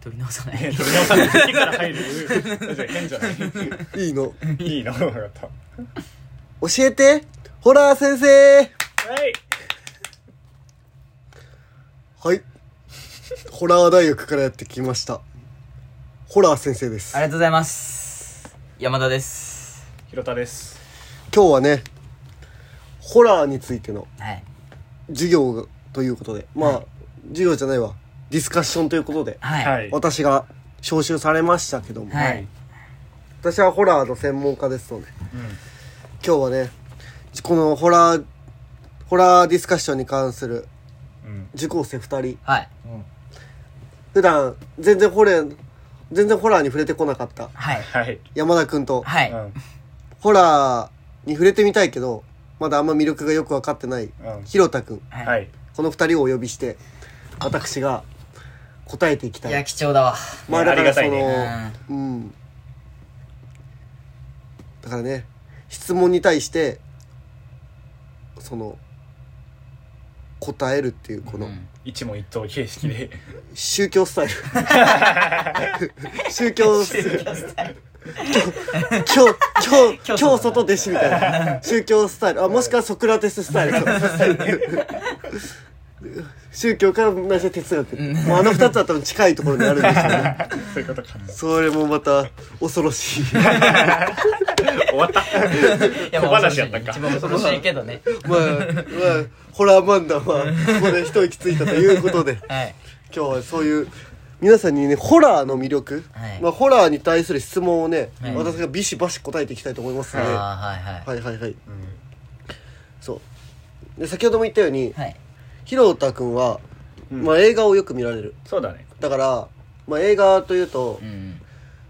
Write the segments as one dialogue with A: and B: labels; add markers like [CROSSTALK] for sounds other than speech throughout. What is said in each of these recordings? A: 取り直さない [LAUGHS]
B: や
A: い
B: 取り直さない手から入る確かに変じゃない
C: いいの
B: いいの分かったは
C: 教えてホラー先生
B: い
C: はいホラー大学からやってきましたホラー先生です
A: ありがとうございます山田です
B: ひろたです
C: 今日はねホラーについての
A: はい
C: 授業ということでまあ、授業じゃないわディスカッションということで
A: はい
B: はい
C: 私が招集されましたけども、
A: はい
C: 私はホラーの専門家ですので今日はねこのホラーホラーディスカッションに関する
B: うん
C: 受講生2人
A: はい
B: うん
C: 普段全然ホラー全然ホラーに触れてこなかった
A: はい
B: はい
C: 山田君と
A: はい
B: うん
C: ホラーに触れてみたいけどまだあんま魅力がよく分かってない
B: うん
C: ひろた君
B: は
A: はい
C: この2人をお呼びして私が答えていき
A: い
C: たい
A: や貴重だわ
C: まあ
B: ね
C: だからそ
B: ありがたい
C: の
A: ね
C: うんだからね質問に対してその答えるっていうこの
A: うん
B: 一問一答形式 [LAUGHS] で
C: 宗教スタイ [LAUGHS] ル宗教今日今日
A: 教
C: 今日外弟子みたいな宗教スタイルあもしくはソクラテススタイル宗教から何して哲学もうあの2つは多分近いところにあるんでしょうね
B: そういうことか
C: それもまた恐ろしい
B: 終わった
A: いやまあ
B: 小話やったか
A: 一番恐ろしいけど
B: [LAUGHS]
A: ね
C: まあ、まあ、ホラー漫談はここで一息ついたということで
A: はい
C: 今日はそういう皆さんにねホラーの魅力、
A: はい
C: まあ、ホラーに対する質問をね、
A: はい
C: 私がビシバシ答えていきたいと思います
A: あ
C: ので、は
A: あはいはい
C: い、はいはい
B: うん
C: そうで先ほども言ったように
A: はい
C: ひろたくんは、
B: うん
C: まあ、映画をよく見られる
B: そうだね
C: だから、まあ、映画というと
A: う、ん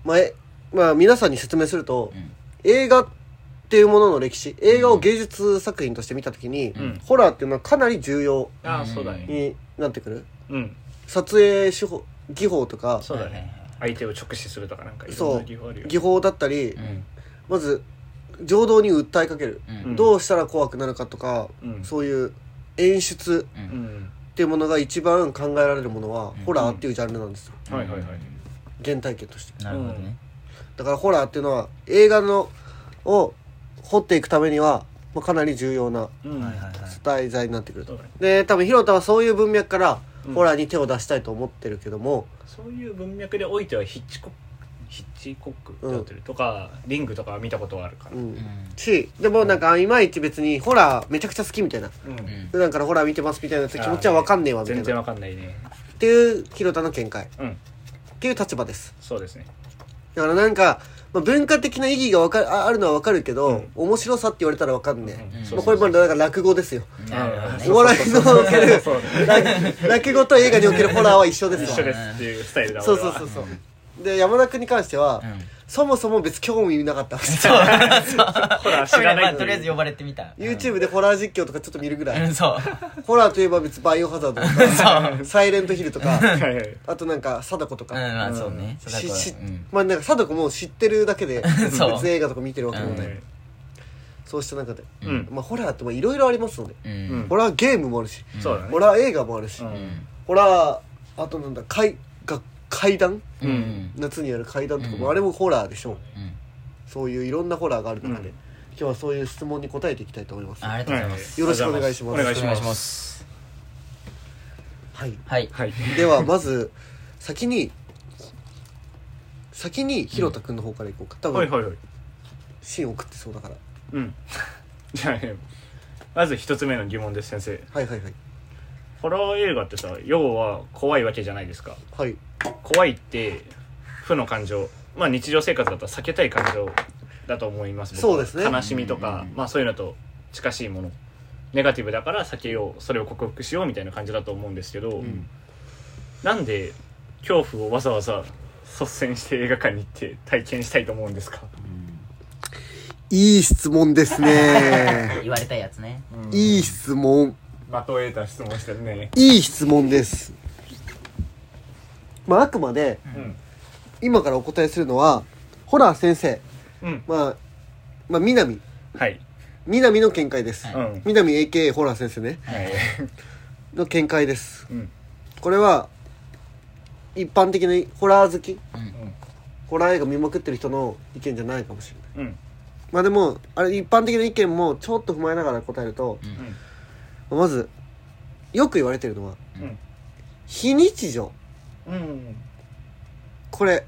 C: まあえまあ、皆さんに説明すると、
A: うん
C: 映画っていうものの歴史映画を芸術作品として見た時に、
B: ん
C: ホラーっていうのはかなり重要
B: ああそうだね
C: になってくる
B: うん
C: 撮影手法技法とか
B: そうだね相手を直視するとかなんかいろん
C: そ
B: な技法ある
C: う
B: よ
C: 技法だったり、
A: うん
C: まず情動に訴えかける、
A: うん
B: うん
C: どうしたら怖くなるかとか、
B: うん
C: そういう演出
A: う
B: うんん
C: っていうものが一番考えられるものは、
A: うん
C: ホラーっていうジャンルなんですよ
B: はいはいはい
C: 原体験として
A: なるほどね
C: だからホラーっていうのは映画のを掘っていくためには、まあ、かなり重要な
B: うん
A: はいはいはい
C: 題材になってくる
B: そ
C: と
B: うだね
C: で多分ひろたはそういう文脈から
B: うん
C: ホラーに手を出したいと思ってるけども、
B: そういう文脈でおいてはヒッチコックヒッチコックってなってるとか、リングとかは見たことはあるから、
C: う
B: うん
C: ん
A: うん
C: しでもなんかいまいち別にホラーめちゃくちゃ好きみたいな
A: うん
C: 普段からホラー見てますみたいなやつ気持ちは分かんねえわみたい
B: 全然
C: なっ
B: わかんないね
C: ていうひろたの見解っ
B: うん
C: ていう立場です
B: そうですね
C: だからなんか、まあ、文化的な意義がわかるああるのは分かるけど、
B: うん
C: 面白さって言われたら分かんねえ、
A: うん
B: そうそ
C: まあ、こ
B: う
C: れもなんか落語ですよ
A: なるほどね
C: お笑いのおける
B: そうそうそう
C: 落落語と映画におけるホラーは一緒です
B: 一
C: わ
B: 緒ですっていうスタイルだ
C: そうそうそうそうで山田君に関しては、
A: うん
C: そもそも別興味なかった
B: ホラー知ら
A: ま
B: な
A: あ
B: い
A: とりあえず呼ばれてみた
C: YouTube でホラー実況とかちょっと見るぐらい、
A: うんそう
C: ホラーといえば別にバイオハザードとかサイレントヒルとか
B: はいはい
C: あとなんか貞子と
A: う
C: か、
A: んまあそうね
C: しし
A: 貞子うん
C: まあなんか貞子も知ってるだけで別
A: そう
C: に映画とか見てるわけでもない、
B: う
C: そうした中で、
B: ん
C: まあ、ホラーっていろいろありますので、
A: うん
C: ホラーゲームもあるし、
B: うんそうだね
C: ホラー映画もあるし、
B: う
A: うんん
C: ホラーあとなんだ階が階段
A: うんうん
C: 夏にやる階段とかも、
A: うん
C: あれもホラーでしょ
A: うん
C: そういういろんなホラーがある中で、
B: うん
C: 今日はそういう質問に答えていきたいと思います
A: あありがとうございます
C: よろしくお願いします
B: お願いし
A: お願いし
B: ま
A: ます
C: はい
A: はい
B: はい
C: ではまず先に先にひろたくんの方からいこうか多
B: はい
C: 分
B: はいはい
C: 芯送ってそうだから
B: うん [LAUGHS] じゃあねまず一つ目の疑問です先生
C: はいはいはい
B: ホラー映画ってさ要は怖いわけじゃないですか
C: はい
B: 怖いって負の感情まあ日常生活だったら避けたい感情だと思います僕は
C: そうですね
B: 悲しみとか、
A: うん
B: まあそういうのと近しいものネガティブだから避けようそれを克服しようみたいな感じだと思うんですけど、
C: ん
B: なんで恐怖をわざわざ率先して映画館に行って体験したいと思うんですか、
C: いい質問ですね
A: [LAUGHS] 言われたいやつね
C: いい質問
B: 的を得た質問してるね
C: いい質問ですまああくまで
B: うん
C: 今からお答えするのはホラー先生
B: うん
C: まあまあ南
B: はい
C: 南の見解です、
A: は
B: うん
C: 南 AK ホラー先生ね
B: はい
C: の見解です
B: うん
C: これは一般的なホラー好き
B: うん
C: ホラー映画見まくってる人の意見じゃないかもしれない
B: うん
C: まあでもあれ一般的な意見もちょっと踏まえながら答えると、まずよく言われてるのは
B: うん
C: 非日常
B: うんうん
C: これ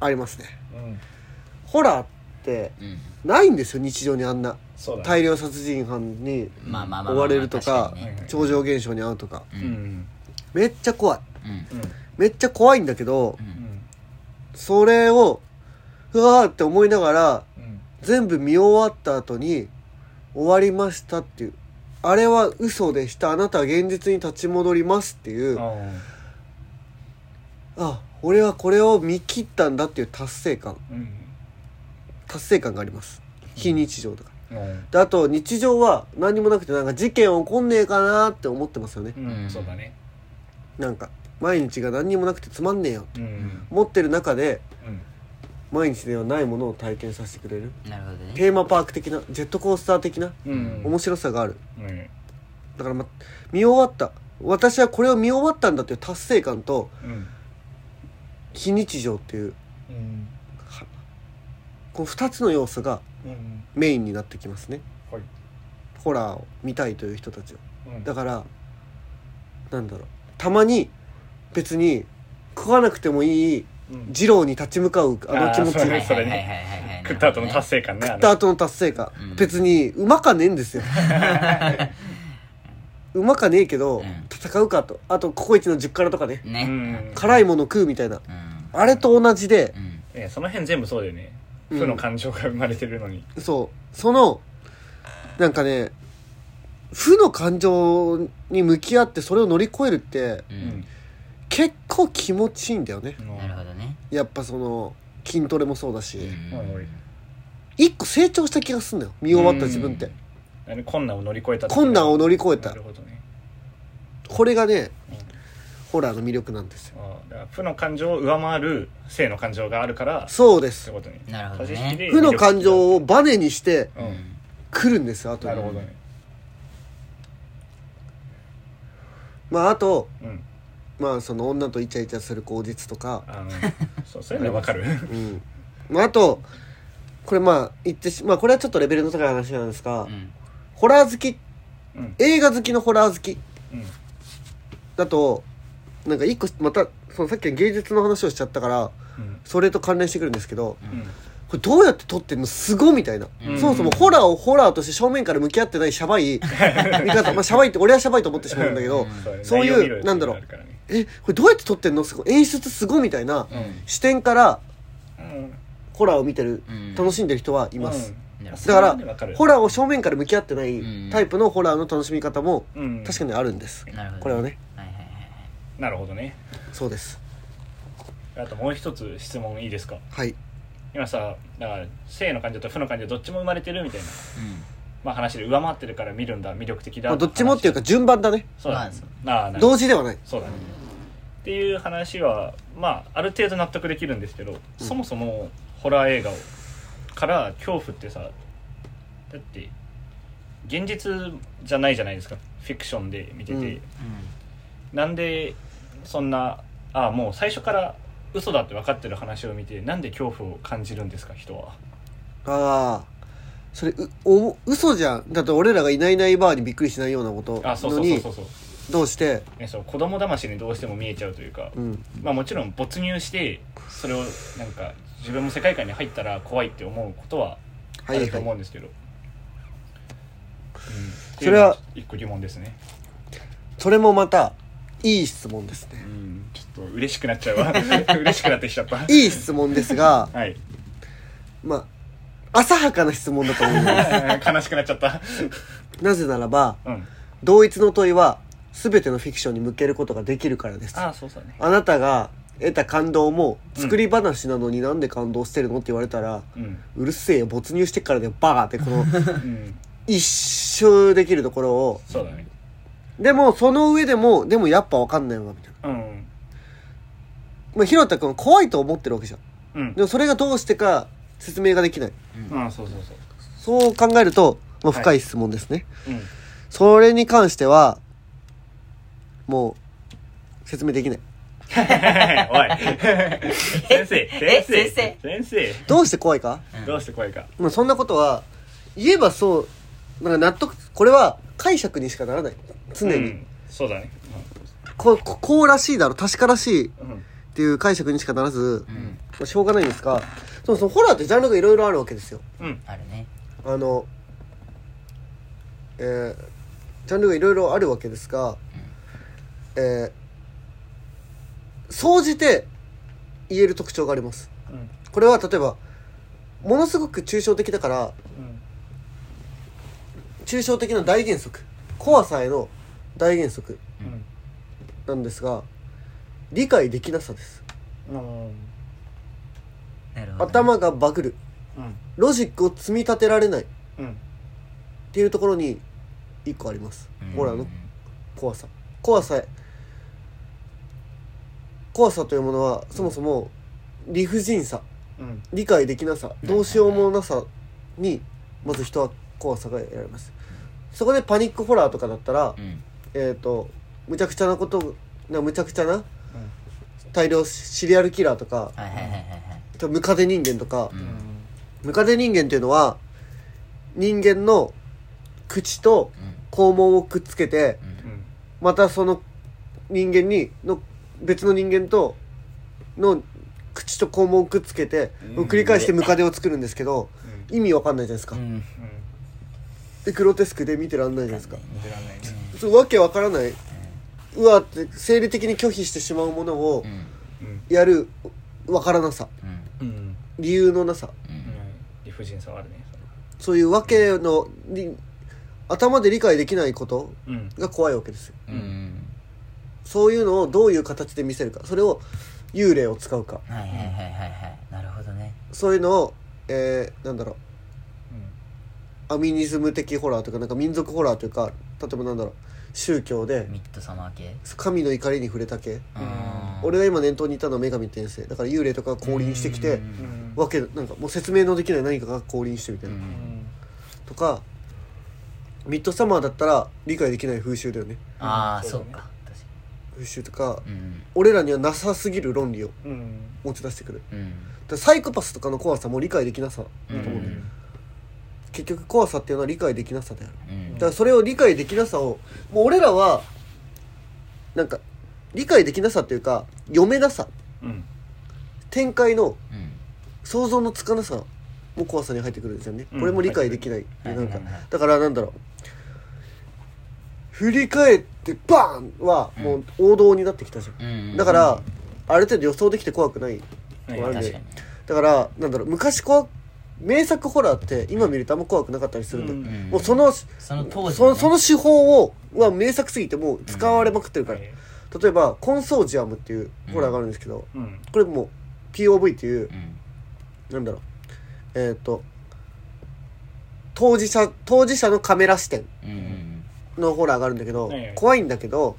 C: ありますね
B: うん
C: ホラーって
A: うん
C: ないんですよ日常にあんな
B: そうだね
C: 大量殺人犯に
A: まあまあまあまあ
C: 追われるとか
A: 確にね
C: 超常現象に遭うとか
A: う
B: うんん
C: めっちゃ怖い
A: うん
B: うん
C: めっちゃ怖いんだけど
A: うん
C: それをうわーって思いながら
B: うん
C: 全部見終わった後に終わりましたっていうあれは嘘でしたあなたは現実に立ち戻りますっていううんあ
B: あ
C: 俺はこれを見切ったんだっていう達成感
B: ーうん
C: 達成感があります非日常だから
B: うん
C: であと日常は何もなくてなんか事件起こんねえかなって思ってますよね
B: うんそうだね
C: なんか毎日が何にもなくてつまんねえよ
B: うんうん
C: 持ってる中で
B: うん
C: 毎日ではないものを体験させてくれる
A: なるほどね
C: テーマパーク的なジェットコースター的な
B: うん
C: 面白さがある
B: うん
C: だから、ま、見終わった私はこれを見終わったんだっていう達成感と
B: うん
C: 非日常っていう
B: うん
C: はこの2つの要素が
B: うん
C: メインになってきますね
B: はい
C: ホラーを見たいという人たちは
B: うん
C: だからなんだろうたまに別に食わなくてもいい
B: うん
C: 二郎に立ち向かうあの気持ち
B: あーそ
C: 食
A: は
B: れ
A: い
B: ねそれ
A: はいは
B: ね
A: いはいはいはい
B: 食った後の達成感ね
C: った後の達成感、
A: うん
C: 別にうまかねえんですようまかねえけど、
A: うん
C: 戦うかとあとココイチの10辛とかね
A: ね
B: うん
C: 辛いもの食うみたいな
A: うん
C: あれと同じで
A: う、ん
B: ねその辺全部そうだよね
C: うん
B: 負の感情が生まれてるのに
C: そうそのなんかね負の感情に向き合ってそれを乗り越えるって
A: う
B: うん
C: 結構気持ちいいんだよね
A: なるほどね
C: やっぱその筋トレもそうだし、
A: うん
B: うんうん
C: 一個成長した気がすんだよ見終わった自分って、
B: うんあの困難を乗り越えた
C: 困難を乗り越え
B: な
C: た
B: るほどね
C: これがね
B: うん
C: ホラーの魅力なんですよ
B: あーだから負の感情を上回る性の感情があるから
C: そうで
B: って
C: す
B: ことに
A: なるほどね
C: 負の感情をバネにして
B: う
A: うんん
C: 来るんですよ後
B: なる
C: に
B: ほどね
C: まああと
B: うん
C: まあその女とイチャイチャする口実とか
B: あのそうそういうのはわかる
C: うんまああとこれまあ言ってしまあこれはちょっとレベルの高い話なんですが、
A: うん
C: ホラー好き
B: うん
C: 映画好きのホラー好き
B: うん
C: だとなんか一個またそのさっきの芸術の話をしちゃったから
B: うん
C: それと関連してくるんですけど
B: うん
C: これどうやって撮ってんのすごいみたいな、
A: うん
C: そもそもホラーをホラーとして正面から向き合ってないシャバい見方まあシャバいって俺はシャバいと思ってしまうんだけど、
B: ね
C: そう
B: 内
C: いう
B: 容見ろよ
C: なんだろう
B: ってなるからね
C: えこれどうやって撮ってんのすごい演出すごいみたいな
A: うん
C: 視点から
B: うん
C: ホラーを見てる、
A: うん
C: 楽しんでる人はいます、
B: うん
A: だ
C: だから
B: それはねわかる
C: ホラーを正面から向き合ってない
A: うん
C: タイプのホラーの楽しみ方も
B: うん
C: 確かにあるんです、
A: なるほど
C: これはね
A: はいはいはいはい
B: なるほどね
C: そうです
B: あともう一つ質問いいですか
C: はい
B: 今さだから性の感情と負の感情どっちも生まれてるみたいな、
A: うん
B: まあ、話で上回ってるから見るんだ魅力的だ
C: まあ、どっちもっていうか順番だね
B: そうだ、
A: ま
B: ね
A: あそう
B: ああなる
C: 同時ではない
B: そうだねっていう話はまあある程度納得できるんですけど、そもそもホラー映画をから恐怖ってさだって現実じゃないじゃないですかフィクションで見てて、
C: うん
B: なんでそんなああもう最初から嘘だって分かってる話を見てなんで恐怖を感じるんですか人は
C: ああそれうお嘘じゃんだって俺らがいないいないバーにびっくりしないようなこと
B: あそうそうそ
C: の
B: う
C: に
B: そうそう
C: どうして
B: ね、そう子供騙しにどうしても見えちゃうというか、
C: うん
B: まあ、もちろん没入してそれをなんか自分も世界観に入ったら怖いって思うことはあ
C: はい
B: ると
C: は
B: 思
C: い
B: うんですけど、うん
C: それは
B: っていうのが一個疑問ですね
C: それもまたいい質問ですね
B: うんちょっと嬉しくなっちゃ [LAUGHS] うわ嬉しくなってきちゃった
C: いい質問ですが [LAUGHS]
B: はい [LAUGHS]
C: まあ浅はかな質問だと思いま
B: [LAUGHS]
C: す
B: 悲しくなっちゃった
C: なぜならば
B: うん
C: 同一の問いは全てのフィクションに向けることができるからです
B: あ
C: あ
B: あそうそうね
C: なたが得た感動も作り話なのになんで感動してるのって言われたら、
B: うん、
C: うるせえよ没入してっからだよバカって
B: [LAUGHS]
C: この
B: うん、
C: 一周できるところを
B: そうだね
C: でもその上でもでもやっぱ分かんないわみたいな、
B: うん
C: まあ、ひろたくんは怖いと思ってるわけじゃん
B: うん
C: でもそれがどうしてか説明ができない
B: ああそうそうそ
C: そう考えると、まあ、
B: はい
C: 深い質問ですね、
B: ううん
C: それに関してはもう説明できない
B: [LAUGHS] お [LAUGHS] い先生
A: え
B: 先生
A: 先
B: 先生
C: どうして怖いか
A: うん
B: どうして怖いか
C: まあそんなことは言えばそうなんか納得これは解釈にしかならない常に、
B: うんそうだね
C: こここうらしいだろ確からしいっ
B: うんうん
C: ていう解釈にしかならず、
A: う
C: ま
A: ん
C: あ、しょうがないんですがそもそもホラーってジャンルがいろいろあるわけですよ
B: うん
A: あるね
C: あのえージャンルがいろいろあるわけですがえー総じて言える特徴があります
B: うん
C: これは例えばものすごく抽象的だから
B: うん
C: 抽象的な大原則怖さへの大原則なんですが理解できなさです
B: うん
A: なるほどね
C: 頭がバグる
B: うん
C: ロジックを積み立てられないっ
B: うん
C: ていうところに一個あります
A: うん
C: ほらの怖さ怖さ怖さというものはそもそも理不尽さ
B: うん
C: 理解できなさどうしようもなさにまず人は怖さが得られますそこでパニックホラーとかだったら、
A: うん
C: えっ、とむちゃくちゃなことなむちゃくちゃな大量シリアルキラーとか
A: はいはいはいはいはい
C: とムカデ人間とか
A: う、ん
C: ムカデ人間っていうのは人間の口と
A: うん
C: 肛門をくっつけて
A: うん
B: うん
C: またその人間にの別の人間との口と肛門をくっつけて、
B: うん
C: 繰り返してムカデを作るんですけど
B: うん
C: 意味わかんないじゃないですか、
A: うん
B: うん
C: でグロテスクで見てらんないじゃないですか
B: 出らんないね
C: そうわけわからないうわって生理的に拒否してしまうものを
A: うん
B: うん
C: やるわからなさ
A: うん
B: うん
C: 理由のなさ
A: うん
B: 理不尽さはあるね
C: そういうわけのに頭で理解できないこと
B: うん
C: が怖いわけですよ
A: うん
C: そういうのをどういう形で見せるかそれを幽霊を使うか
A: はいはいはいはいはいなるほどね
C: そういうのを、えー、なんだろうアミニズム的ホラーというかなんか民族ホラーというか例えばなんだろう宗教で
A: ミッドサマー系
C: 神の怒りに触れた系
A: うん
C: 俺が今念頭にいたのは女神転生だから幽霊とかが降臨してきて
A: うん
B: うん
C: わけなんかもう説明のできない何かが降臨してみたいな、
A: うん
C: とかミッドサマーだったら理解できない風習だよね
A: ああ
B: そ
A: そうう
B: だね
A: か確か
C: 風習とか
A: にうん
C: 俺らにはなさすぎる論理を
B: うん
C: 持ち出してくるだか
A: うん
C: らサイコパスとかの怖さも理解できなさ
A: うん
C: と思うね結局怖さっていうのは理解できなさである
A: うん
C: だからそれを理解できなさをもう俺らはなんか理解できなさっていうか読めなさ
B: うん
C: 展開の
A: うん
C: 想像のつかなさも怖さに入ってくるんですよね、
B: うん
C: これも理解できない、なんか
A: はいはいはい
C: だからなんだろう振り返ってバーンはもう王道になってきたじゃん、
A: うん
C: だからある程度予想できて怖くない
B: はい
C: あるん
A: 確
C: で
A: かに
C: だからなんだろう昔怖名作ホラーって今見るとあんま怖くなかったりするんだよ、
A: うん
C: もうその
A: その当時
C: そ
A: の
C: の
A: ね
C: その手法をは名作すぎてもう使われまくってるから、例えばコンソージアムっていうホラーがあるんですけど、
B: うん
C: これもう POV っていう
A: うん
C: なんだろうえっ、と当事者当事者のカメラ視点
A: うんうん
C: のホラーがあるんだけど、
B: はいはい
C: 怖いんだけど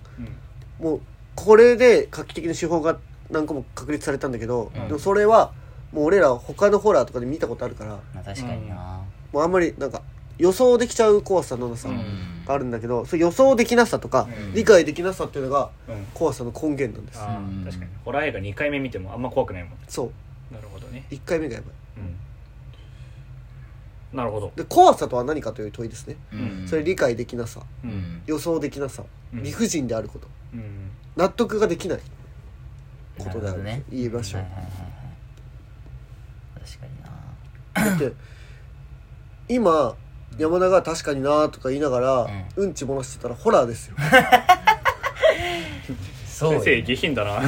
B: うん
C: もうこれで画期的な手法が何個も確立されたんだけど、
B: うん
C: でもそれはもう俺ら他のホラーとかで見たことあるから
A: まあ確かにな
C: もうあんまりなんか予想できちゃう怖さのなさ
B: うん
C: があるんだけど、そう予想できなさとか、
B: うん
C: 理解できなさっていうのが
B: うん
C: 怖さの根源なんです
B: あー確かにホラー映画2回目見てもあんま怖くないもん
C: そう
B: なるほどね
C: 1回目がやばい
B: なるほど
C: で怖さとは何かという問いですね、
A: うん
C: それ理解できなさ
A: うん
C: 予想できなさ、
B: うん
C: 理不尽であること
B: うん
C: 納得ができないことで
A: なる
C: あ
A: ほど
C: る
A: ね
C: 言いましょう、
A: はいはいはいはい確かにな
C: だって今山田が確かになーとか言いながら、うん、ち漏らしてたらホラーですよ
A: そうよ
B: 先生下品だな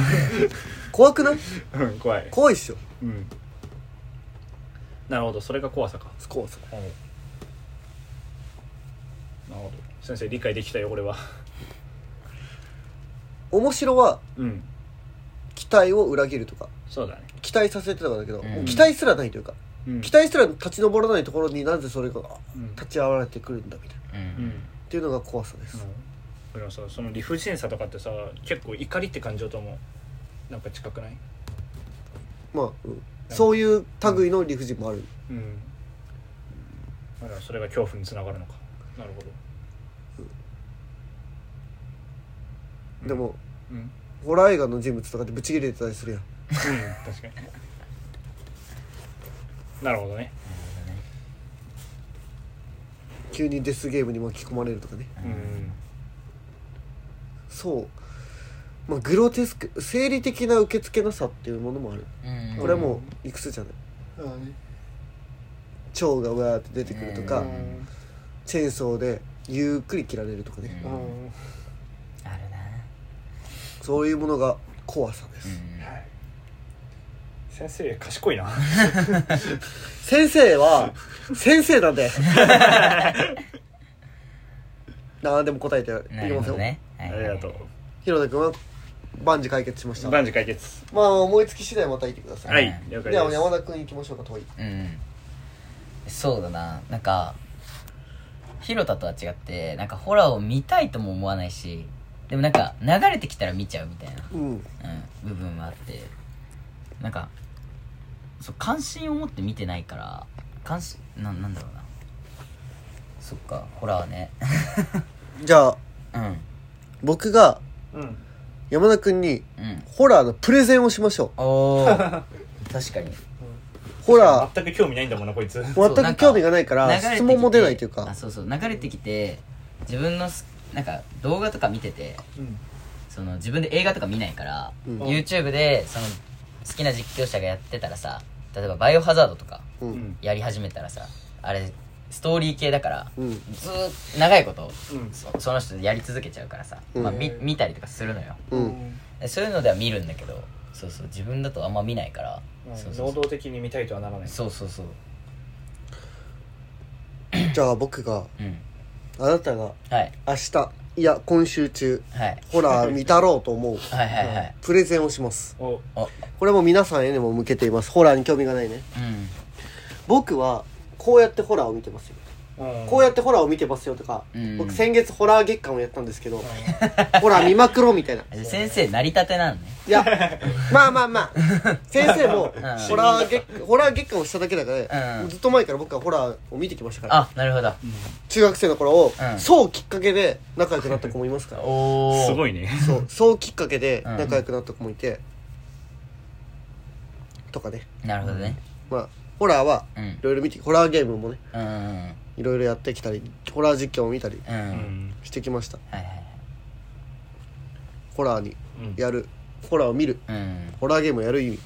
C: 怖くない
B: うん怖い
C: 怖いっしょ
B: うんなるほどそれが怖さか
C: 怖さ
B: なるほど先生理解できたよ俺は
C: 面白は
B: うん
C: 期待を裏切るとか
B: そうだね
C: 期待させてたんだけど、
A: うん
C: もう期待すらないというか
B: うん
C: 期待すら立ち上らないところになぜそれが
B: うん
C: 立ち上がれてくるんだみたいな
A: う
B: うんん
C: っていうのが怖さです、
B: うんでもさその理不尽さとかってさ結構怒りって感情ともなんか近くない
C: まあ、うん、そういう類の理不尽もある、
B: うんだからそれが恐怖につながるのかなるほど
C: でも
B: うん
C: ホラー映画の人物とかってブチ切れてたりするやん
B: うん確かになるほどね
C: 急にデスゲームに巻き込まれるとかね
B: うん
C: そうまあグロテスク生理的な受付なさっていうものもある
A: うん
C: これはもういくつじゃない蝶がうわーって出てくるとか、
A: うん
C: チェーンソーでゆっくり切られるとかね、
A: うんあるな
C: そういうものが怖さです、
A: うん
B: 先生賢いな
C: 先生は先生な
A: [LAUGHS]
C: んで何でも答えて
A: ない
C: き
A: る
C: ま
A: ほ
C: すよ、
A: どねあ
B: ありがとう
C: ひろたくんは万事解決しましたま
B: 万事解決
C: あ思いつき次第また行ってください、
B: はい
A: は
B: 了解
C: で
B: で
C: は
B: す
C: 山田くん行きましょうか遠い
A: うんそうだななんか広田とは違ってなんかホラーを見たいとも思わないしでもなんか流れてきたら見ちゃうみたいな
C: うん
A: うん、部分もあってなんかそう関心を持って見てないから関心ななんだろうなそっかホラーね [LAUGHS]
C: じゃあ
A: うん
C: 僕が
B: うん
C: 山田くんに
A: うん
C: ホラーのプレゼンをしましょ
A: おお [LAUGHS] 確かに
C: うホラー
B: 全く興味ないんだもんなこいつ
A: そう
C: 全く興味がないから
A: 流れてきて
C: 質問も出ないというか
A: あそうそう流れてきて自分のすなんか動画とか見ててその自分で映画とか見ないから、
C: うん
A: YouTube でその好きな実況者がやってたらさ例えば「バイオハザード」とか
C: う
B: うんん
A: やり始めたらさあれストーリー系だから
C: うん
A: ずーっと長いこと
B: うん
A: そその人やり続けちゃうからさ、
C: うん
A: まあ、見見たりとかするのよ
C: うん
A: でそういうのでは見るんだけどそうそう自分だとあんま見ないから、
B: うん
A: そうそう
B: 能
A: そう
B: 動的に見たいとはならない
A: そうそうそう
C: じゃあ僕が
A: うん
C: あなたが
A: はい
C: 明日いや今週中
A: はい
C: ホラー見たろうと思う
A: はいはいはい
C: プレゼンをします
B: お
A: お
C: これも皆さんへにも向けていますホラーに興味がないね
A: うん
C: 僕はこうやってホラーを見てますよこうやってホラーを見てますよとか、
A: うん
C: 僕先月ホラー月間をやったんですけど、ホラー見まくろうみたいな
A: あじゃあ先生成り立てなのね [LAUGHS]
C: いやまあまあまあ先生も
A: ん
C: ホラー月ホラー月間をしただけだから、
A: うん
C: ずっと前から僕はホラーを見てきましたから
A: あなるほど
C: 中学生の頃を、
A: うん
C: そうきっかけで仲良くなった子もいますから
A: おお
B: すご
A: い
B: いね
C: そうそうきっかけで
A: うん
C: 仲良くなった子もいて、とかね
A: なるほどね
C: まあホラーは
A: うん
C: いろいろ見てホラーゲームもね
A: うんうん
C: いろいろやってきたりホラー実況も見たり
A: うん、
B: う
A: うん、
B: ん
C: してきました
A: はいはいはい
C: ホラーに
B: うん
C: やるホラーを見る
A: うん
C: ホラーゲームをやる意味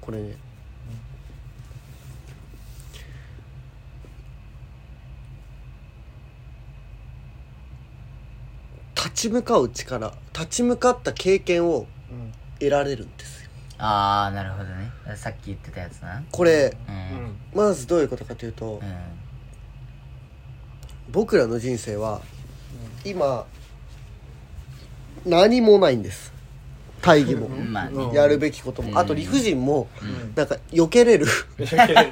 C: これね立ち向かう力立ち向かった経験を
B: うん
C: 得られるんですよ
A: ああなるほどねさっき言ってたやつな
C: これ
A: う
B: うんん
C: まずどういうことかというと、
A: うん
C: 僕らの人生は今何もないんです大義も、
A: うんまあね
C: やるべきことも、
A: うん
C: あと理不尽も
B: うん
C: なんか避けれる [LAUGHS]
B: 確か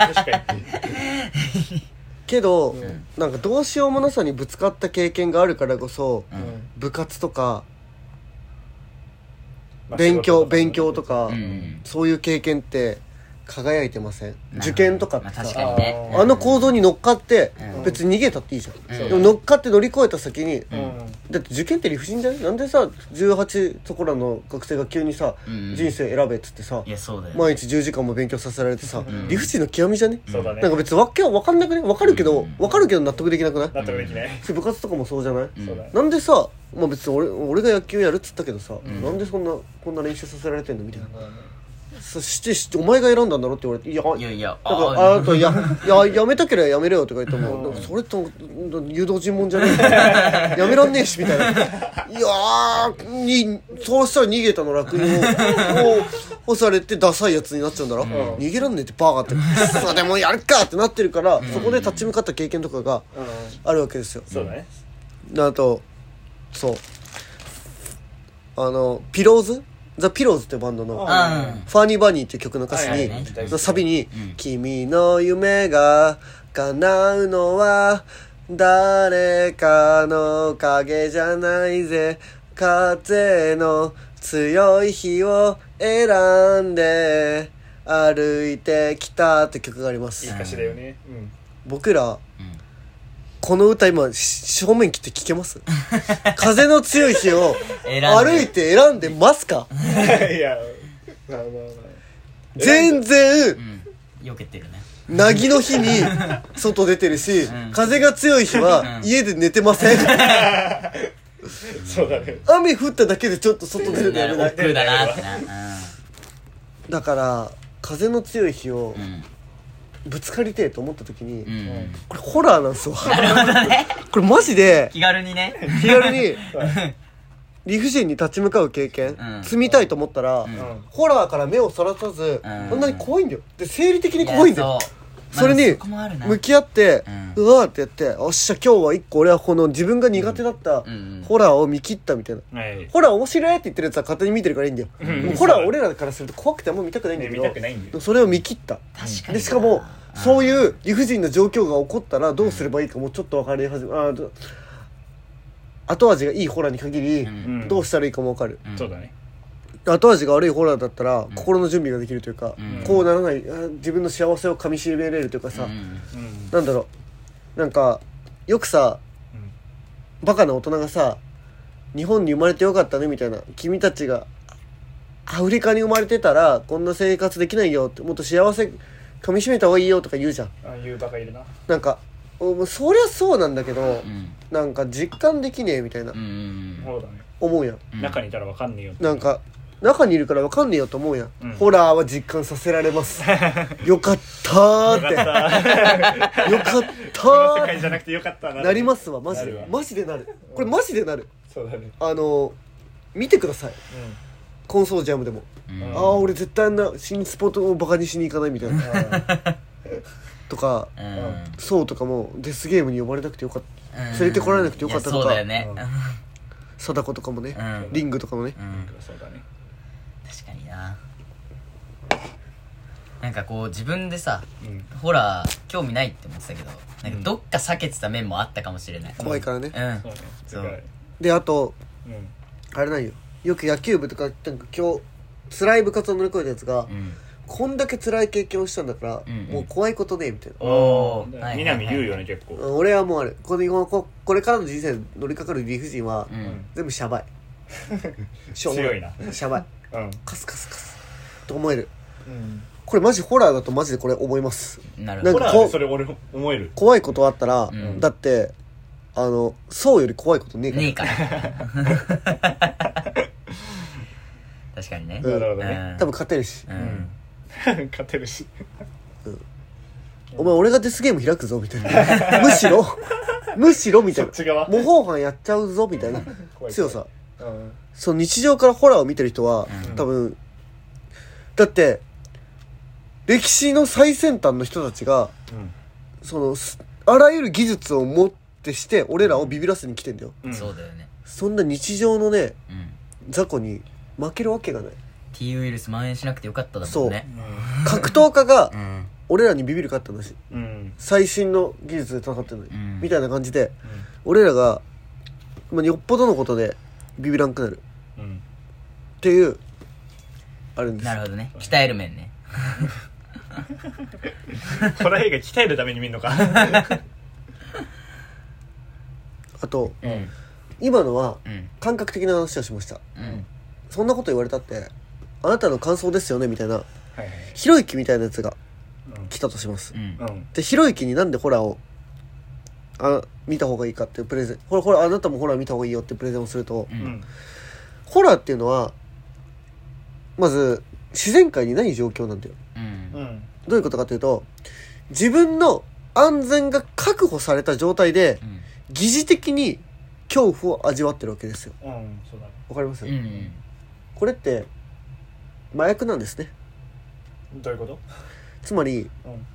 B: に
C: けど、
B: ん
C: なんかどうしようもなさにぶつかった経験があるからこそ、
A: うん
C: 部活とか
B: まあ
C: 勉強、
B: 仕事とかね
C: 勉強とか、
A: うん
C: そういう経験って輝いてません
A: なるほど
C: 受験とかって
A: まあ
C: さ、
A: 確かにね
C: あの行動に乗っかって、
A: うん
C: 別に逃げたっていいじゃん、
A: うん
C: でも乗っかって乗り越えた先に、
B: うん
C: だって受験って理不尽だよなんでさ18そこらの学生が急にさ、
A: うん
C: 人生選べっつってさ
A: いやそうだよ
C: 毎日10時間も勉強させられてさ、
A: ん
C: 理不尽の極みじゃね、
B: そうだね
C: なんか別にわけわかんなくねわかるけど、
A: うん
C: わかるけど納得できなくない、
B: 納得できない
C: それ部活とかもそうじゃない、
A: うん
B: そうだね
C: なんでさ、まあ、別に俺俺が野球やるっつったけどさ、
A: ん
C: なんでそんなこんな練習させられてんのみたいな、そしてしお前が選んだんだろって言われて「いや
A: いやいや
C: だからあなたや [LAUGHS] ややめたければやめれよとか言っても、なんかそれと誘導尋問じゃねえ [LAUGHS] やめらんねえしみたいな「いやーにそうしたら逃げたの楽にを [LAUGHS] 干されてダサいやつになっちゃうんだろ、逃げらんねえってバーって「それもやるか!」ってなってるから、そこで立ち向かった経験とかがあるわけですよ。
B: そうだね
C: あとそうあのピローズザ・ピローズってバンドの「
A: うん
C: ファニーバニー」っていう曲の歌詞
A: はい
C: に、
A: はい
B: はい
C: そのサビに、
A: うん
C: 君の夢が叶うのは誰かの影じゃないぜ風の強い日を選んで歩いてきたって曲がありま
B: い [LAUGHS]
C: す
B: い歌詞だよねうん
C: 僕ら
A: うん
C: ここの歌今し正面切って聞けます
A: [LAUGHS]
C: 風の強い日を
A: 選んで
C: 歩いて選んでますか
B: いやまあまあま
C: 全
A: う
C: 然
A: ん避けてるね
C: なぎの日に外出てるし、
A: うん
C: 風が強い日は
A: うん
C: 家で寝て
A: [LAUGHS]
C: ません
B: あそうだね
C: 雨降っただけでちょっと外出るのやめな
A: おっ
C: い
A: くうだな
C: [LAUGHS]
A: ってな
C: だから風の強い日を
A: うん
C: ぶつかりてえと思った時に、
A: うんうん
C: これホラーなんですわ [LAUGHS] これマジで
A: 気軽にね
C: 気軽に理不尽に立ち向かう経験、
A: うん
C: 積みたいと思ったら、
A: ん
B: うん
C: ホラーから目をそらさず、
A: うん
C: そんなに怖いんだよで生理的に怖いんだよ
A: やそう
C: それに
A: まあそこもあるな
C: 向き合って、う
A: うん
C: わーってやっておっしゃ今日は一個俺はこの自分が苦手だった
A: うん
C: ホラーを見切ったみたいな、
B: はい
C: ホラー面白いって言ってるやつは勝手に見てるからいいんだよ、
B: うん
C: もうホラー俺らからすると怖くてあんま見たくないんだけ
B: ね
C: ど、
B: 見たくないんだよ
C: それを見切った
A: 確かに
C: でしかも
A: うん
C: そういう理不尽な状況が起こったらどうすればいいかもちょっと分かり始めあーど後味がいいホラーに限り、
A: うん
B: うん
C: どうしたらいいかも分かる、
A: ん
B: そうだね
C: 後味が悪いホラーだったら、心の準備ができるというか、
A: うん
C: こうならないあー自分の幸せをかみしめれるというかさ、
A: うん
B: うん
C: なんだろうなんかよくさバカな大人がさ日本に生まれてよかったねみたいな君たちがアフリカに生まれてたらこんな生活できないよってもっと幸せかみしめた方がいいよとか言うじゃん
B: ああいうバカいるな
C: なんかおもうそりゃそうなんだけど
A: うん
C: なんか実感できねえみたいな
A: うんうん
B: そうだね
C: 思うやん
A: うん
B: 中にいたらわかんねえよ
C: なんか中にいるからわかんねえよと思うやん、
B: うん
C: ホラーは実感させられます [LAUGHS] よかったーってよかった
B: この世
C: ー
B: 界
C: っ
B: じゃなくてよかったな
C: てなりますわマジ
B: なる
C: で
B: わ
C: マジでなるこれマジでなる
B: そうだね
C: あの見てくださいコンソージアムでも、
A: うん
B: うん
C: ああ俺絶対あんな新スポットをバカにしに行かないみたいな [LAUGHS] とか
A: うん
C: そうとかもデスゲームに呼ばれなくてよかった
A: うん
C: 連れてこられなくてよかった
A: い
C: とか
A: やそうだよね
C: 貞子とかもね
A: う、んうん
C: リングとかもね、
A: うん
B: そうだね
A: 確かにななんかこう自分でさ
B: うん
A: ホラー興味ないって思ってたけどなんかどっか避けてた面もあったかもしれない
C: 怖いからね、
A: うん
B: そうね
A: そう
B: だから
C: であと
B: うん
C: あれなんよよく野球部とかなんか今日辛い部活を乗り越えたやつが、
A: うん
C: こんだけ辛い経験をしたんだから、
A: うん
C: もう怖いことねえみたいな、
A: おー
B: だ
A: は
B: から
A: い
B: 南言うよね結構
C: うん俺はもうあれこれここれからの人生に乗りかかる理不尽は、
A: うん
C: 全部シャバいしょうも
B: 強いな
C: シャバい
B: うん
C: カスカスカスと思える
B: うん
C: これマジホラーだとマジでこれ思います
A: なる
C: な
A: ほ
B: ホ
C: ん
A: ど
C: か
B: ラーでそれ俺思える
C: 怖いことあったら、
A: ん
C: だってあのそうより怖いことねえから
A: ねえから
C: [LAUGHS]
A: 確かにね
C: うん
B: なるほど
A: う
B: ね
A: ん
C: 多分勝てるし、
A: う
B: うんん [LAUGHS] 勝てるし
C: お前俺がデスゲーム開くぞみたいなむしろむしろみたい
B: そっち側
C: な模倣犯やっちゃうぞみたいな
B: 怖い
C: 強さ
B: うん
C: その日常からホラーを見てる人は、
A: うん
C: 多分だって歴史の最先端の人たちがそのすあらゆる技術を持ってして俺らをビビらせに来てんだよ
B: うん
A: そうだよね
C: そんな日常のね
A: うん
C: 雑魚に負けるわけがない
A: T ウイルス蔓延しなくてよかっただもんね
C: 格闘家が
A: うん
C: 俺らにビビるかって話
B: うんうん
C: 最新の技術で戦ってるのに、
A: うん
C: みたいな感じで俺らが、まあ、よっぽどのことでビビらんくなる
B: うん
C: っていうあるんです
A: なるほどね鍛える面ね
B: ホラー映画鍛えるために見るの [LAUGHS] か
C: あと
A: うん
C: 今のは
A: うん
C: 感覚的な話をしました
A: うん
C: そんなこと言われたってあなたの感想ですよねみたいな
B: はいはい
C: ひろゆきみたいなやつが
B: うん
C: 来たとします
A: うん
B: うん
C: でひろゆきになんでホラーをあ見た方がいいかっていうプレゼンほらほらあなたもホラー見た方がいいよってプレゼンをすると、
A: う
B: うんん
C: ホラーっていうのはまず自然界にない状況なんだよ
A: うん
B: うん
C: どういうことかというと自分の安全が確保された状態で
A: うん
C: 疑似的に恐怖を味わってるわけですよ
B: うんそうだね
C: わかります、
A: うんうん
C: これって麻薬なんですね
B: どういうこと
C: つまり
B: うん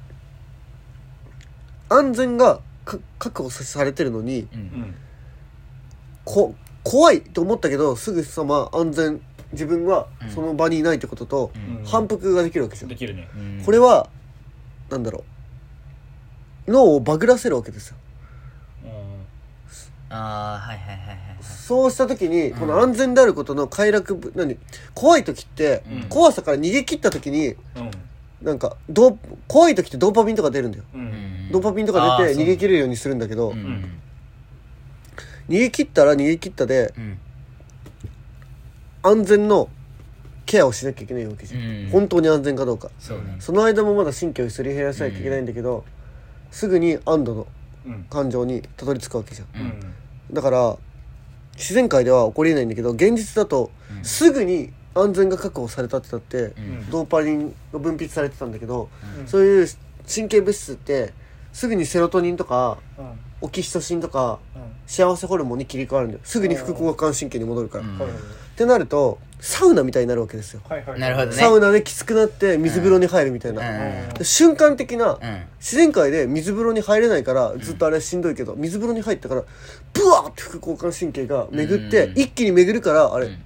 C: 安全がか確保されてるのに
A: うん
B: うん
C: こ怖いと思ったけどすぐさま安全自分は
A: うん
C: その場にいないってことと
A: うん
C: 反復ができるわけですよ
B: で、きるね
A: うん
C: これはなんだろう脳をバグらせるわけですよ
B: うん
A: ああはいはいはいはいはい
C: そうした時に、
A: うん
C: この安全であることの快楽ぶ何怖い時って、
A: うん
C: 怖さから逃げ切った時に
B: うん
C: なんかド怖い時ってドーパミンとか出るんだよ、
B: う
A: うんん
C: ドーパミンとか出て逃げ切
A: る
C: れるようにするんだけど、
A: うんうん
C: 逃げ切ったら逃げ切ったで
A: うん
C: 安全のケアをしなきゃいけないわけじゃん、
A: うん
C: 本当に安全かどうか
A: そうね
C: その間もまだ神経をすり減らさなきゃいけないんだけど、すぐに安堵の
B: うん
C: 感情にたどり着くわけじゃん
A: う
B: うんん
C: だから自然界では起こりえないんだけど現実だと
A: うん
C: すぐに安全が確保されたってだって
A: う、ん
C: ドーパミンが分泌されてたんだけど、
B: うん
C: そういう神経物質ってすぐにセロトニンとか
B: うんうん
C: オキシトシンとか幸せホルモンに切り替わるんだよすぐに副交感神経に戻るから、
A: うん
B: はい
C: ってなるとサウナみたいになるわけですよ、
B: はいはい
A: なるほどね
C: サウナできつくなって水風呂に入るみたいな、
A: うん
C: で瞬間的な、
A: うん
C: 自然界で水風呂に入れないからずっとあれしんどいけど、水風呂に入ったからブワーって副交感神経が巡って、
A: うん
C: 一気に巡るからあれ、
A: うん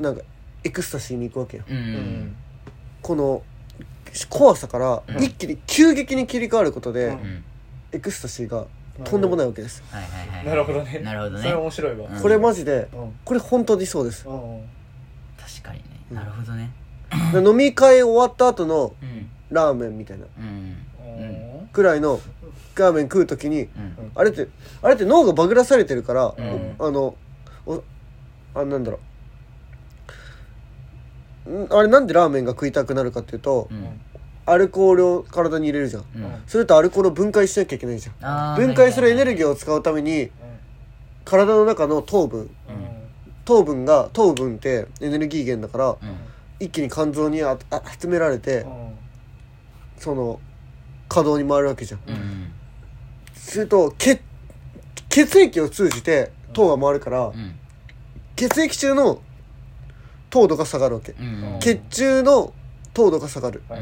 C: なんかエクスタシーに行くわけよ
A: うん
B: うん
C: この怖さから
A: うん
C: 一気に急激に切り替わることで、
B: う
A: うんうん
C: エクスタシーがとんでもないわけです、
A: はいはいはい
B: なるほどね
A: なるほど
B: それ
A: ね
B: 面白いわ
A: うん
C: これマジで
B: うん
C: これ本当にそうです、
B: うん
A: 確かにね
C: うん
A: なるほどね
C: で飲み会終わった後の
A: うん
C: ラーメンみたいな
A: うん
B: うん
C: くらいのラーメン食う時に
A: うん
C: あれってあれって脳がバグらされてるから、
A: うん
C: あのおあなんだろうんあれなんでラーメンが食いたくなるかっていうと、
A: うん
C: アルコールを体に入れるじゃん
A: うん
C: それとアルコールを分解しなきゃいけないじゃん
A: あー
C: 分解するエネ
A: はいはいはい
C: ルギーを使うために体の中の糖分
B: うん
C: 糖分が糖分ってエネルギー源だから
A: うん
C: 一気に肝臓にああ集められて
B: うん
C: その可動に回るわけじゃん
A: うん
C: すると血血液を通じて糖が回るから
A: うん
C: 血液中の糖度が下がるわけ
A: うん
C: 血中の糖度が下がる
B: はい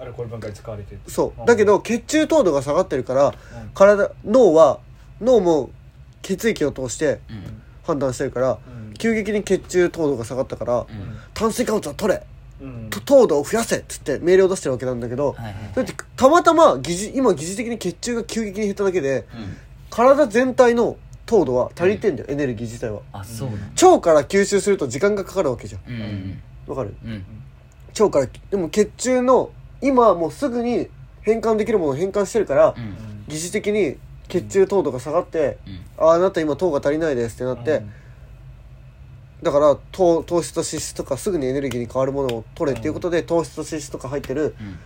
B: アルコール分解使われてる
C: そう
B: うん
C: だけど血中糖度が下がってるから
B: うん
C: 体脳は脳も血液を通して
A: うん
C: 判断してるから
B: うん
C: 急激に血中糖度が下がったから
A: うん
C: 炭水化物は取れ
B: うん
C: と糖度を増やせっつって命令を出してるわけなんだけど
A: はいはい
C: だってたまたま疑似今疑似的に血中が急激に減っただけで
A: うん
C: 体全体の糖度は足りてんだよ、エネルギー自体は
A: あそうなん
C: 腸から吸収すると時間がかかるわけじゃ
A: う
C: ん
A: んうん
C: わかる
A: うん
C: 腸からでも血中の今はもうすぐに変換できるものを変換してるから、
A: うん
C: 疑似的に血中糖度が下がって、
A: うん
C: あああなた今糖が足りないですってなって、だから糖糖質と脂質とかすぐにエネルギーに変わるものを取れっていうことで、糖質と脂質とか入ってる
A: うん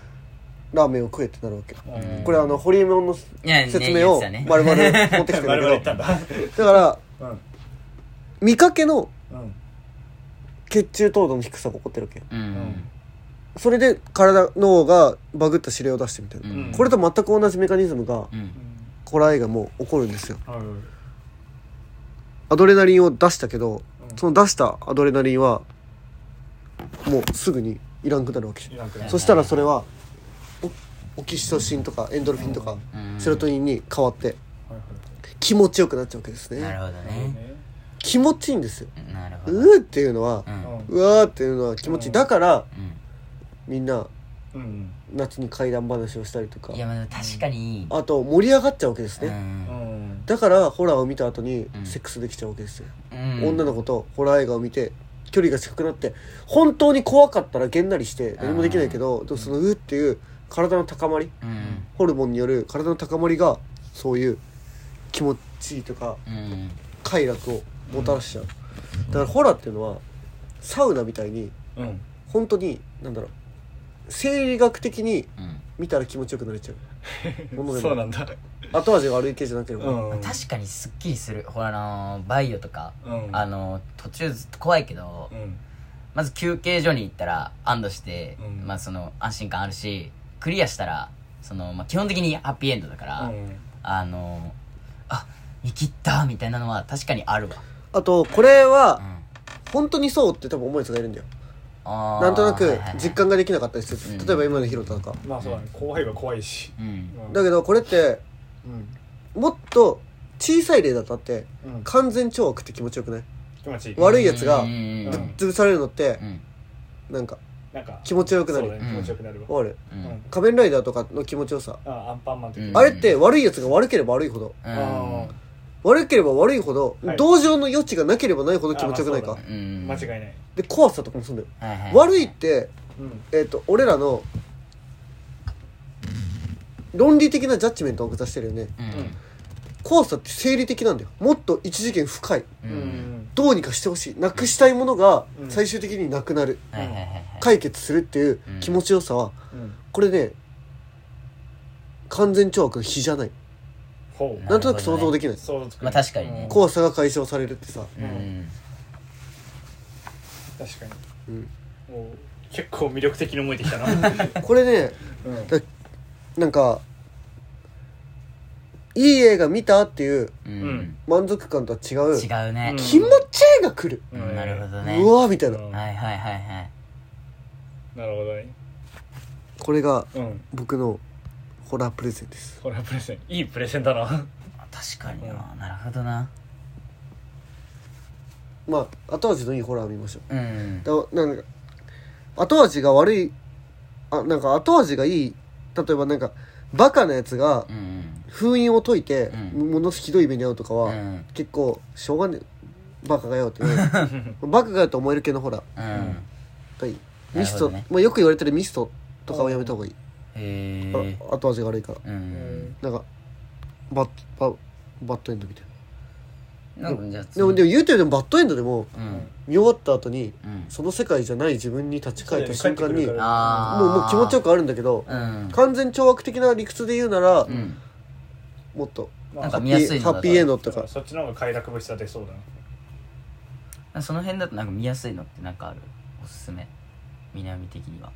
C: ラーメンを食えってなるわけ、
B: うん
C: これあのホリエモンの
A: いやね
C: 説明を
A: 言ってたね
C: 我々持って
A: [LAUGHS]
C: きてるん
B: [LAUGHS]
C: だ
B: 我々言っ
C: け
B: た
C: ど
B: んだ
C: だから
B: うん
C: 見かけの
B: うん
C: 血中糖度の低さが起こってるわけよ
A: うん
C: それで体脳がバグった指令を出してみたいな、
A: うん
C: これと全く同じメカニズムが
A: うん
C: コラーがもう起こるんですよ
B: はいはい
C: アドレナリンを出したけど
B: うん
C: その出したアドレナリンはもうすぐにいらんくなるわけじ
B: いらんく
C: ゃ
B: なんる
C: そしたらそれはおオキシトシンとかエンドルフィンとか
A: うん
C: セロトニンに変わって
B: はいはい
C: 気持ちよくなっちゃうわけです
A: なる
C: ね
A: ほどね
C: 気持ちいいんですよ
A: なるほど
C: うーっていうのは
A: うんうん
C: うわーっていうのは気持ちいいだからみんな
B: うん
C: 夏に怪談話をしたりとか
A: いやまあ確かに
C: あと盛り上がっちゃうわけです
A: う
C: ね、
B: うんん
C: だからホラーを見た後に
A: うん
C: セックスできちゃうわけですよ、
A: うん
C: 女の子とホラー映画を見て距離が近くなって本当に怖かったらげんなりして何もできないけど、でもそのうーっていう体の高まり
A: うん
C: ホルモンによる体の高まりがそういう気持ちいいとか
A: うん
C: 快楽をもたらしちゃう、だからホラーっていうのはサウナみたいに
B: うん
C: 本当に何だろう生理学的に
A: うん
C: 見たら気持ちよくなれちゃうもので
B: そう
C: も
B: なんだ
C: 後味が悪い系じゃなければ、
B: うん
A: 確かにすっきりするほらあのーバイオとか、
B: うん
A: あのー途中ずっと怖いけど、
B: うん
A: まず休憩所に行ったら安堵して、
B: うん
A: まあその安心感あるしクリアしたらその、まあ、基本的にハッピーエンドだから、
B: うん
A: あのーあ見切ったみたいなのは確かにあるわ、
C: あとこれ
A: う、
C: は
A: ん
C: 本当にそうって多分思うやつがいるんだよ
A: あー
C: なんとなく実
A: はいはい
C: 感ができなかったりす
A: うん
C: る例えば今のヒロタとか
B: まあそうだね怖いは怖いし
A: うん
C: だけどこれって
B: うん
C: もっと小さい例だとあって
B: うん
C: 完全懲悪って気持ちよくない
B: 気持ちいい
C: 悪いやつが
A: うん
B: う
C: ぶっ
B: ん
C: 潰されるのって
A: うん
C: なんか
B: なんか
C: 気持ちよくなる
B: そうだね気持ちよくなるわ
C: わかる
A: うんうん
C: 仮面ライダーとかの気持ちよさ
B: あアンパンマンと
A: うん
C: あれって悪いやつが悪ければ悪いほど
A: う
B: あ
C: 悪ければ悪いほど
B: はい
C: 同情の余地がなければないほど気持ちよくない
B: あ
C: か
B: まあ
A: ん
B: そ間違いない
C: で怖さとかもそうだよ
A: はいはい
C: 悪いって
B: うん
C: えっと俺らの論理的なジャッジメントを下してるよね
A: うん
C: 怖さって生理的なんだよもっと一次元深い
A: うん、
C: どうにかしてほしいなくしたいものが
B: うん
C: 最終的になくなる
A: はいはいはいはい
C: 解決するっていう気持ちよさは
B: うん
C: これね完全懲悪の比じゃない
B: ほう
A: な
C: なんとなく想像できない
B: 想像つく
A: まあ確かにね
B: うん
C: 怖さが解消されるってさ
A: うん、
B: 確か
C: う
B: に
C: ん
B: もう結構魅力的に思えてきたなうん
C: これねなんかいい映画見たっていう
A: うん
C: 満足感とは違う
A: 違うね、
C: 気持ちいいが来る、
A: うんなるほど
C: う
A: ね
C: わーみたいな、
B: うん
A: はいはいはいはい
B: なるほどね
C: これが
B: うん
C: 僕のホラープレゼンです
B: これはプレゼンいいプレゼンだな
A: 確かにな、なるほどな
C: まあ後味のいいホラー見ましょ
A: うん
C: うだなんか後味が悪いあなんか後味がいい例えばなんかバカなやつが
A: うん
C: 封印を解いて、
A: うん
C: ものすごいひどい目に遭うとか
A: う
C: は、
A: ん
C: 結構しょうがねえバカがよってなるバカがよって思える系のホラー
A: うん
C: がいい
A: な
C: ミ
A: る
C: ス
A: ほ
C: ト、
A: どね
C: まあ、よく言われてるミストとかはやめた方がいい、
A: へえ
C: あ後味が悪いから
A: うん
C: なんかバッババッドエンドみたいな
A: なんかじゃあ
C: でもでも言うてでもバッドエンドでも
A: うん
C: 見終わった後に
A: うん
C: その世界じゃない自分に立ち返った
B: そう
C: 瞬
B: だよ
C: 間
B: ね帰ってくる
C: にも
B: か
C: う
B: ら
A: あー
C: もう気持ちよくあるんだけど
A: うん
C: 完全懲悪的な理屈で言うなら
A: うん
C: もっと
B: ま
A: な
B: あ
A: んか
C: ハッ
A: 見
C: ピ
A: やす
C: ー
A: いの
C: ハ
A: だと
C: ッピーエンドとか
B: そっちの方が快楽物質は出そうだな
A: その辺だとなんか見やすいのってなんかあるおすすめ南的には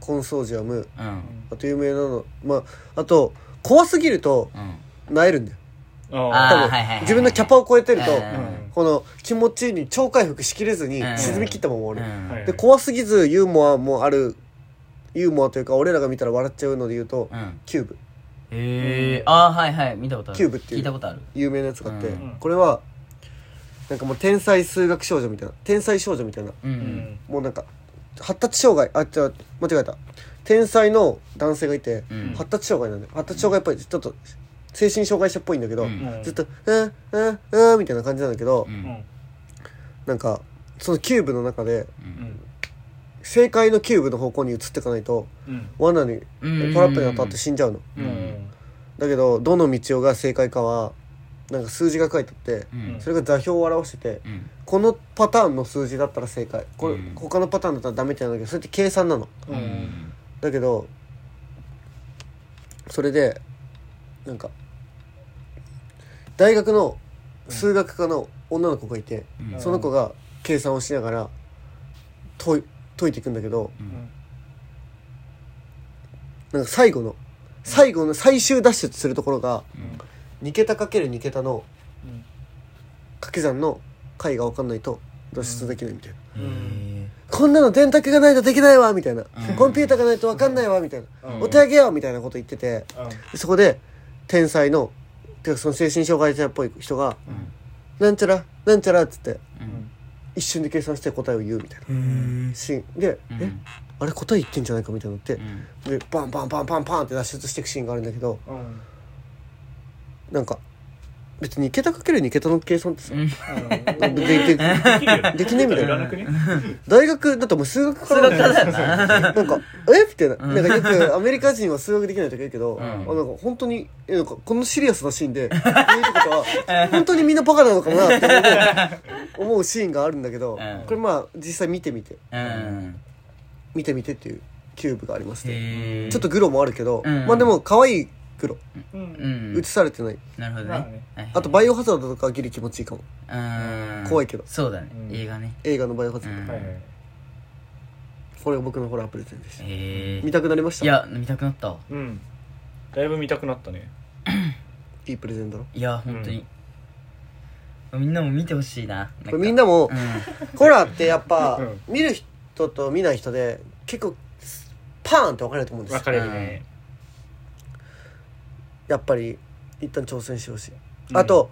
C: コンソージアム
A: うん
C: あと有名なのまああと怖すぎると
A: うん
C: 萎えるんだよ
A: あ
C: 多
A: ーは
C: 分
A: いはいはい
C: 自分のキャパを超えてると
A: うん
B: うん
C: この気持ちに超回復しきれずに
A: うん
C: 沈み切ったまま
A: う
C: 終わる
A: ん
B: はい
C: で怖すぎずユーモアもあるユーモアというか俺らが見たら笑っちゃうので言うと
A: うん
C: キューブ
A: へえああはいはい見たことある
C: キューブっていう
A: 聞いたことある
C: 有名なやつがあって、
A: うん
C: これはなんかもう天才数学少女みたいな天才少女みたいな
A: うんう
B: うんん
C: もうなんか発達障害あ違う間違えた天才の男性がいて、
A: うん
C: 発達障害なんで発達障害やっぱりちょっと精神障害者っぽいんだけど、
A: うん
C: ずっと「うんうんうん」みたいな感じなんだけど、
A: うん
B: うん
C: なんかそのキューブの中で
B: うん
C: 正解のキューブの方向に移っていかないと
B: うん
C: 罠に
A: うん
C: トラップに当たって死んじゃうの、
A: うん
C: だけどどの道が正解かはなんか数字が書いてあって、
A: うん
C: それが座標を表してて、
A: うん
C: このパターンの数字だったら正解これ、
A: うん
C: 他のパターンだったらダメってなんだけどそれって計算なの
B: うん
A: うん
C: だけどそれでなんか大学の数学科の女の子がいて、
A: うん
C: その子が計算をしながら解い解いていくんだけど
A: うん
C: なんか最後の最後の最終脱出するところが2桁かける2桁の
B: うん
C: 掛け算の解が分かんないと脱出できないみたいな。
A: へえ
C: こんなの電卓がないとできないわみたいな、
A: うん
C: コンピューターがないと分かんないわみたいな、
B: うん
C: お手上げよみたいなこと言っててそこで天才のてかその精神障害者っぽい人が
A: うん
C: 「なんちゃらなんちゃら」っつって
A: うん
C: 一瞬で計算して答えを言うみたいな
A: うん
C: シーンで「えあれ答え言ってんじゃないか」みたいになってでバンバンバンバンバンって脱出していくシーンがあるんだけど
B: うん
C: なんか別に2桁かける2桁の計算ってさ、
A: うん
C: でで
B: でき
C: で
B: るよ
C: できねえみたい
B: いらな
C: な
B: くね
C: 大学だともう数学から
A: 数学からだよな
C: なんか「えみたいななんかよくアメリカ人は数学できないとか言うけど、
A: ん
C: あなんか本当にえなんかこのシリアスなシーンで言うってことは本当にみんなバカなのかもなって思う思うシーンがあるんだけど、
A: うん
C: これまあ実際見てみて
A: うん
C: 見てみてっていうキューブがありまして
A: へえ
C: ちょっとグロもあるけど、
A: うん
C: まあでも可愛いグロ
B: う
A: うんん
C: 映されてない、
A: なるほどね
B: まあね
A: はいはい
C: あと「バイオハザード」とかはギリ気持ちいいかも
A: うん
C: 怖いけど
A: そうだね
B: うん
A: 映画ね
C: 映画の「バイオハザード」
A: うん
B: はいはい
C: これが僕のホラープレゼンでした
A: へえ
C: 見たくなりました
A: いや見たくなったわ
B: うんだいぶ見たくなったね
C: いいプレゼンだろ
A: いや本当にみんなも見てほしいなな
C: これみん
A: な
C: なも、
A: う
C: ホラーってやっぱ
B: うん
C: 見る人と見ない人で結構パーンって分かれると思うんです
B: 分
C: よ
B: かれるね
C: やっぱり一旦挑戦してほしい、
B: うん
C: あと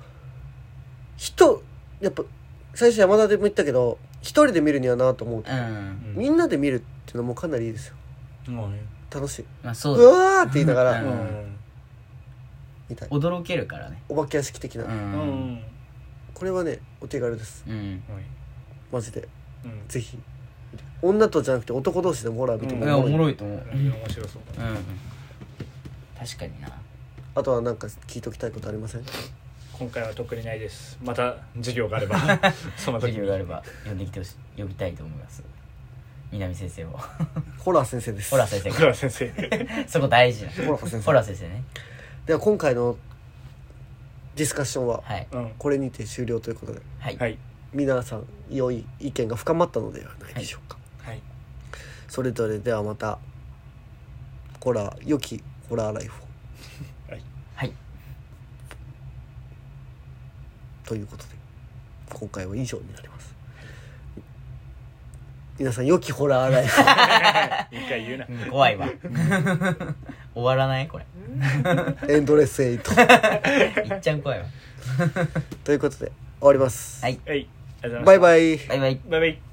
C: 人やっぱ最初山田でも言ったけど一人で見るにはなと思うけど、
A: んうん
C: みんなで見るっていうのもかなりいいですよ
B: もうね
C: 楽しい
A: まあそう
C: う
A: だ
C: わーって言いながら、
A: うん
C: みたい
A: 驚けるからね
C: お化け屋敷的な、
A: う
B: うんん
C: これはねお手軽です
A: うん
C: マジで
B: うん
C: ぜひ女とじゃなくて男同士でもホラー見ても
A: い
C: ら
A: や
C: う
A: おもろいと思う
B: 面白そうだね
A: うん確かにな
C: あとはなんか聞いときたいことありません
B: 今回は特にないですまた授業が
A: [LAUGHS]
B: あればその
A: 授
B: 時に
A: 業があれば呼んできてほしい呼びたいと思います南先生を [LAUGHS]
C: ホラー先生です
A: ホラー先
B: 黒
A: 生
B: 田先生
A: そこ大事な
C: ホラー先生
A: ホラー先生ね
C: では今回のディスカッションは
A: はい
B: うん
C: これにて終了ということで
A: はい、 [LAUGHS]
B: はい
C: 皆さん良い意見が深まったのではないでしょうか、
B: はい
C: それぞれではまたホラー良きホラーライフを
A: [LAUGHS] はい、
C: ということで今回は以上になります皆さん良きホラーラ
A: [LAUGHS]
C: イフを
B: 一回言うな
A: うん怖いわ [LAUGHS] 終わらないこれ
C: エンドレスエイト
A: いっちゃん怖いわ
C: ということで終わります、
A: はい
B: はいありがとうございました
C: バイバイ
A: バイバイ
B: バイバイ